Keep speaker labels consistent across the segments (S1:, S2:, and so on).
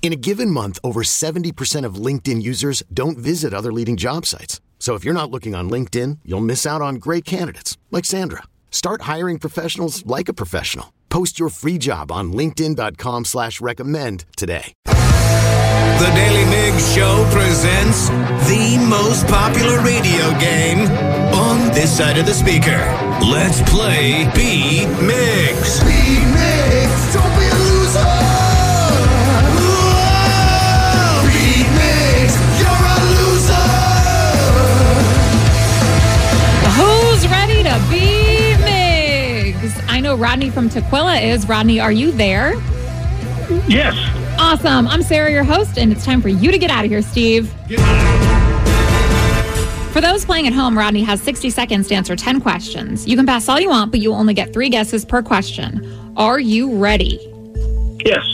S1: In a given month, over 70% of LinkedIn users don't visit other leading job sites. So if you're not looking on LinkedIn, you'll miss out on great candidates like Sandra. Start hiring professionals like a professional. Post your free job on linkedin.com slash recommend today.
S2: The Daily Mig Show presents the most popular radio game on this side of the speaker. Let's play B Migs. B Migs, don't be a loser. B Migs, you're a loser.
S3: Who's ready to be Migs? I know Rodney from Tequila is. Rodney, are you there?
S4: Yes.
S3: Awesome. I'm Sarah, your host, and it's time for you to get out of here, Steve. For those playing at home, Rodney has 60 seconds to answer 10 questions. You can pass all you want, but you will only get three guesses per question. Are you ready?
S4: Yes.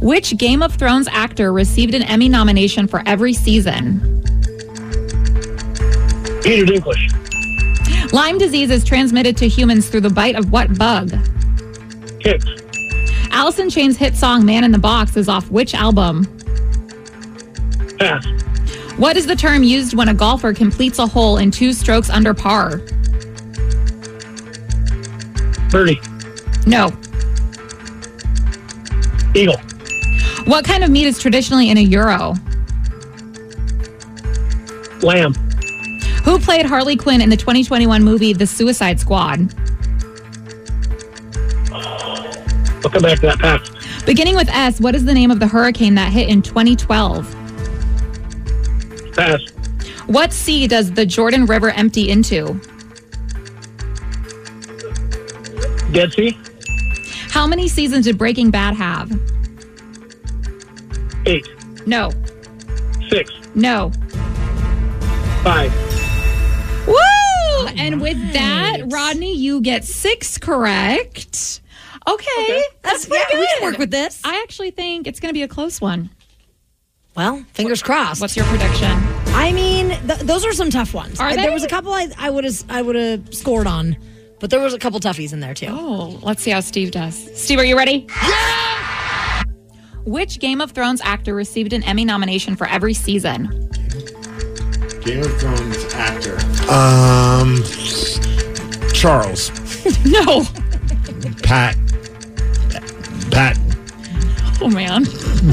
S3: Which Game of Thrones actor received an Emmy nomination for every season?
S4: Peter Dinklage.
S3: Lyme disease is transmitted to humans through the bite of what bug?
S4: Hicks.
S3: Allison Chain's hit song Man in the Box is off which album?
S4: Pass.
S3: What is the term used when a golfer completes a hole in two strokes under par?
S4: Birdie.
S3: No.
S4: Eagle.
S3: What kind of meat is traditionally in a euro?
S4: Lamb.
S3: Who played Harley Quinn in the 2021 movie The Suicide Squad?
S4: I'll come back to that pass.
S3: Beginning with S, what is the name of the hurricane that hit in 2012?
S4: Pass.
S3: What sea does the Jordan River empty into?
S4: Dead Sea.
S3: How many seasons did Breaking Bad have?
S4: Eight.
S3: No.
S4: Six.
S3: No.
S4: Five.
S3: Woo!
S5: Oh,
S3: and with that, Rodney, you get six correct. Okay. That's pretty good.
S5: We can work with this.
S3: I actually think it's going to be a close one.
S5: well, fingers crossed.
S3: What's your prediction?
S5: I mean, th- those are some tough ones.
S3: Are they?
S5: There was a couple I I would have I would have scored on, but there was a couple toughies in there too.
S3: Oh, let's see how Steve does. Steve, are you ready? Yeah! Which Game of Thrones actor received an Emmy nomination for every season?
S6: Game of Thrones actor. Um, Charles,
S3: No.
S6: Pat, Pat,
S3: Oh, man.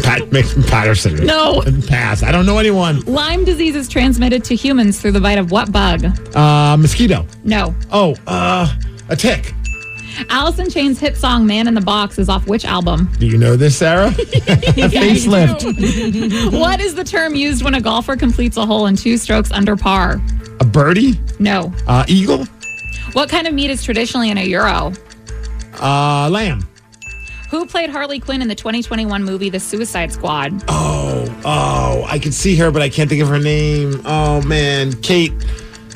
S6: Pat Mc- Patterson.
S3: No.
S6: pass. I don't know anyone.
S3: Lyme disease is transmitted to humans through the bite of what bug?
S6: Uh, mosquito.
S3: No.
S6: Oh, uh, a tick.
S3: Allison Chain's hit song Man in the Box is off which album?
S6: Do you know this, Sarah? a facelift.
S3: what is the term used when a golfer completes a hole in two strokes under par?
S6: A birdie.
S3: No.
S6: Uh, eagle.
S3: What kind of meat is traditionally in a euro?
S6: Uh, lamb.
S3: Who played Harley Quinn in the 2021 movie The Suicide Squad?
S6: Oh, oh, I can see her, but I can't think of her name. Oh man, Kate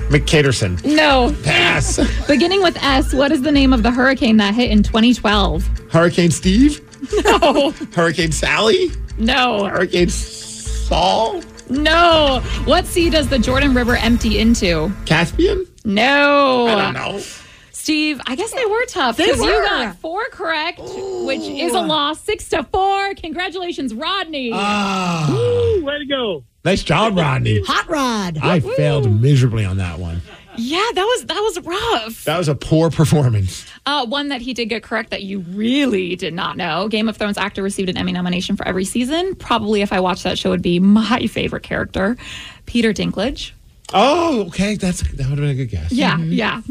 S6: McCaterson.
S3: No.
S6: Pass.
S3: Beginning with S, what is the name of the hurricane that hit in 2012?
S6: Hurricane Steve.
S3: No.
S6: Hurricane Sally.
S3: No.
S6: Hurricane Saul.
S3: No. What sea does the Jordan River empty into?
S6: Caspian?
S3: No.
S6: I don't know.
S3: Steve, I guess they were tough
S5: They
S3: because you
S5: were.
S3: got four correct, which is a loss. Six to four. Congratulations, Rodney.
S5: Uh,
S4: Ooh, way to go.
S6: Ah. Nice job, Rodney.
S5: Hot rod.
S6: I failed miserably on that one.
S3: yeah, that was that was rough.
S6: That was a poor performance.
S3: Uh, one that he did get correct that you really did not know. Game of Thrones actor received an Emmy nomination for every season. Probably, if I watched that show, would be my favorite character, Peter Dinklage.
S6: Oh, okay. That's that would have been a good guess.
S3: Yeah, yeah.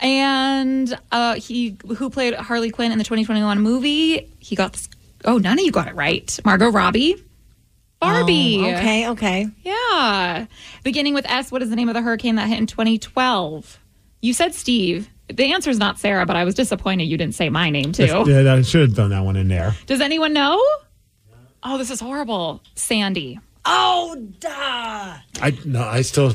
S3: And uh, he, who played Harley Quinn in the 2021 movie, he got this. Oh, none of you got it right. Margot Robbie, Barbie.
S5: Okay, okay.
S3: Yeah. Beginning with S, what is the name of the hurricane that hit in 2012? You said Steve. The answer is not Sarah, but I was disappointed you didn't say my name too.
S6: Yeah, I should have done that one in there.
S3: Does anyone know? Oh, this is horrible. Sandy.
S5: Oh, duh.
S6: I no, I still.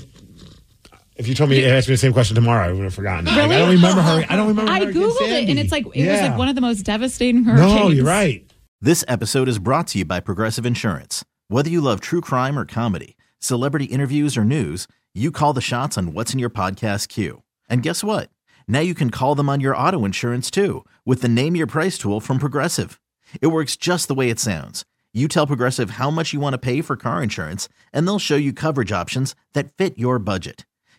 S6: If you told me, asked me the same question tomorrow, I would have forgotten. Like, I don't remember her. I don't remember.
S3: I
S6: Hurricane
S3: googled it,
S6: Sandy.
S3: and it's like it was
S6: Yeah.
S3: like one of the most devastating hurricanes.
S6: No, you're right.
S7: This episode is brought to you by Progressive Insurance. Whether you love true crime or comedy, celebrity interviews or news, you call the shots on what's in your podcast queue. And guess what? Now you can call them on your auto insurance too with the Name Your Price tool from Progressive. It works just the way it sounds. You tell Progressive how much you want to pay for car insurance, and they'll show you coverage options that fit your budget.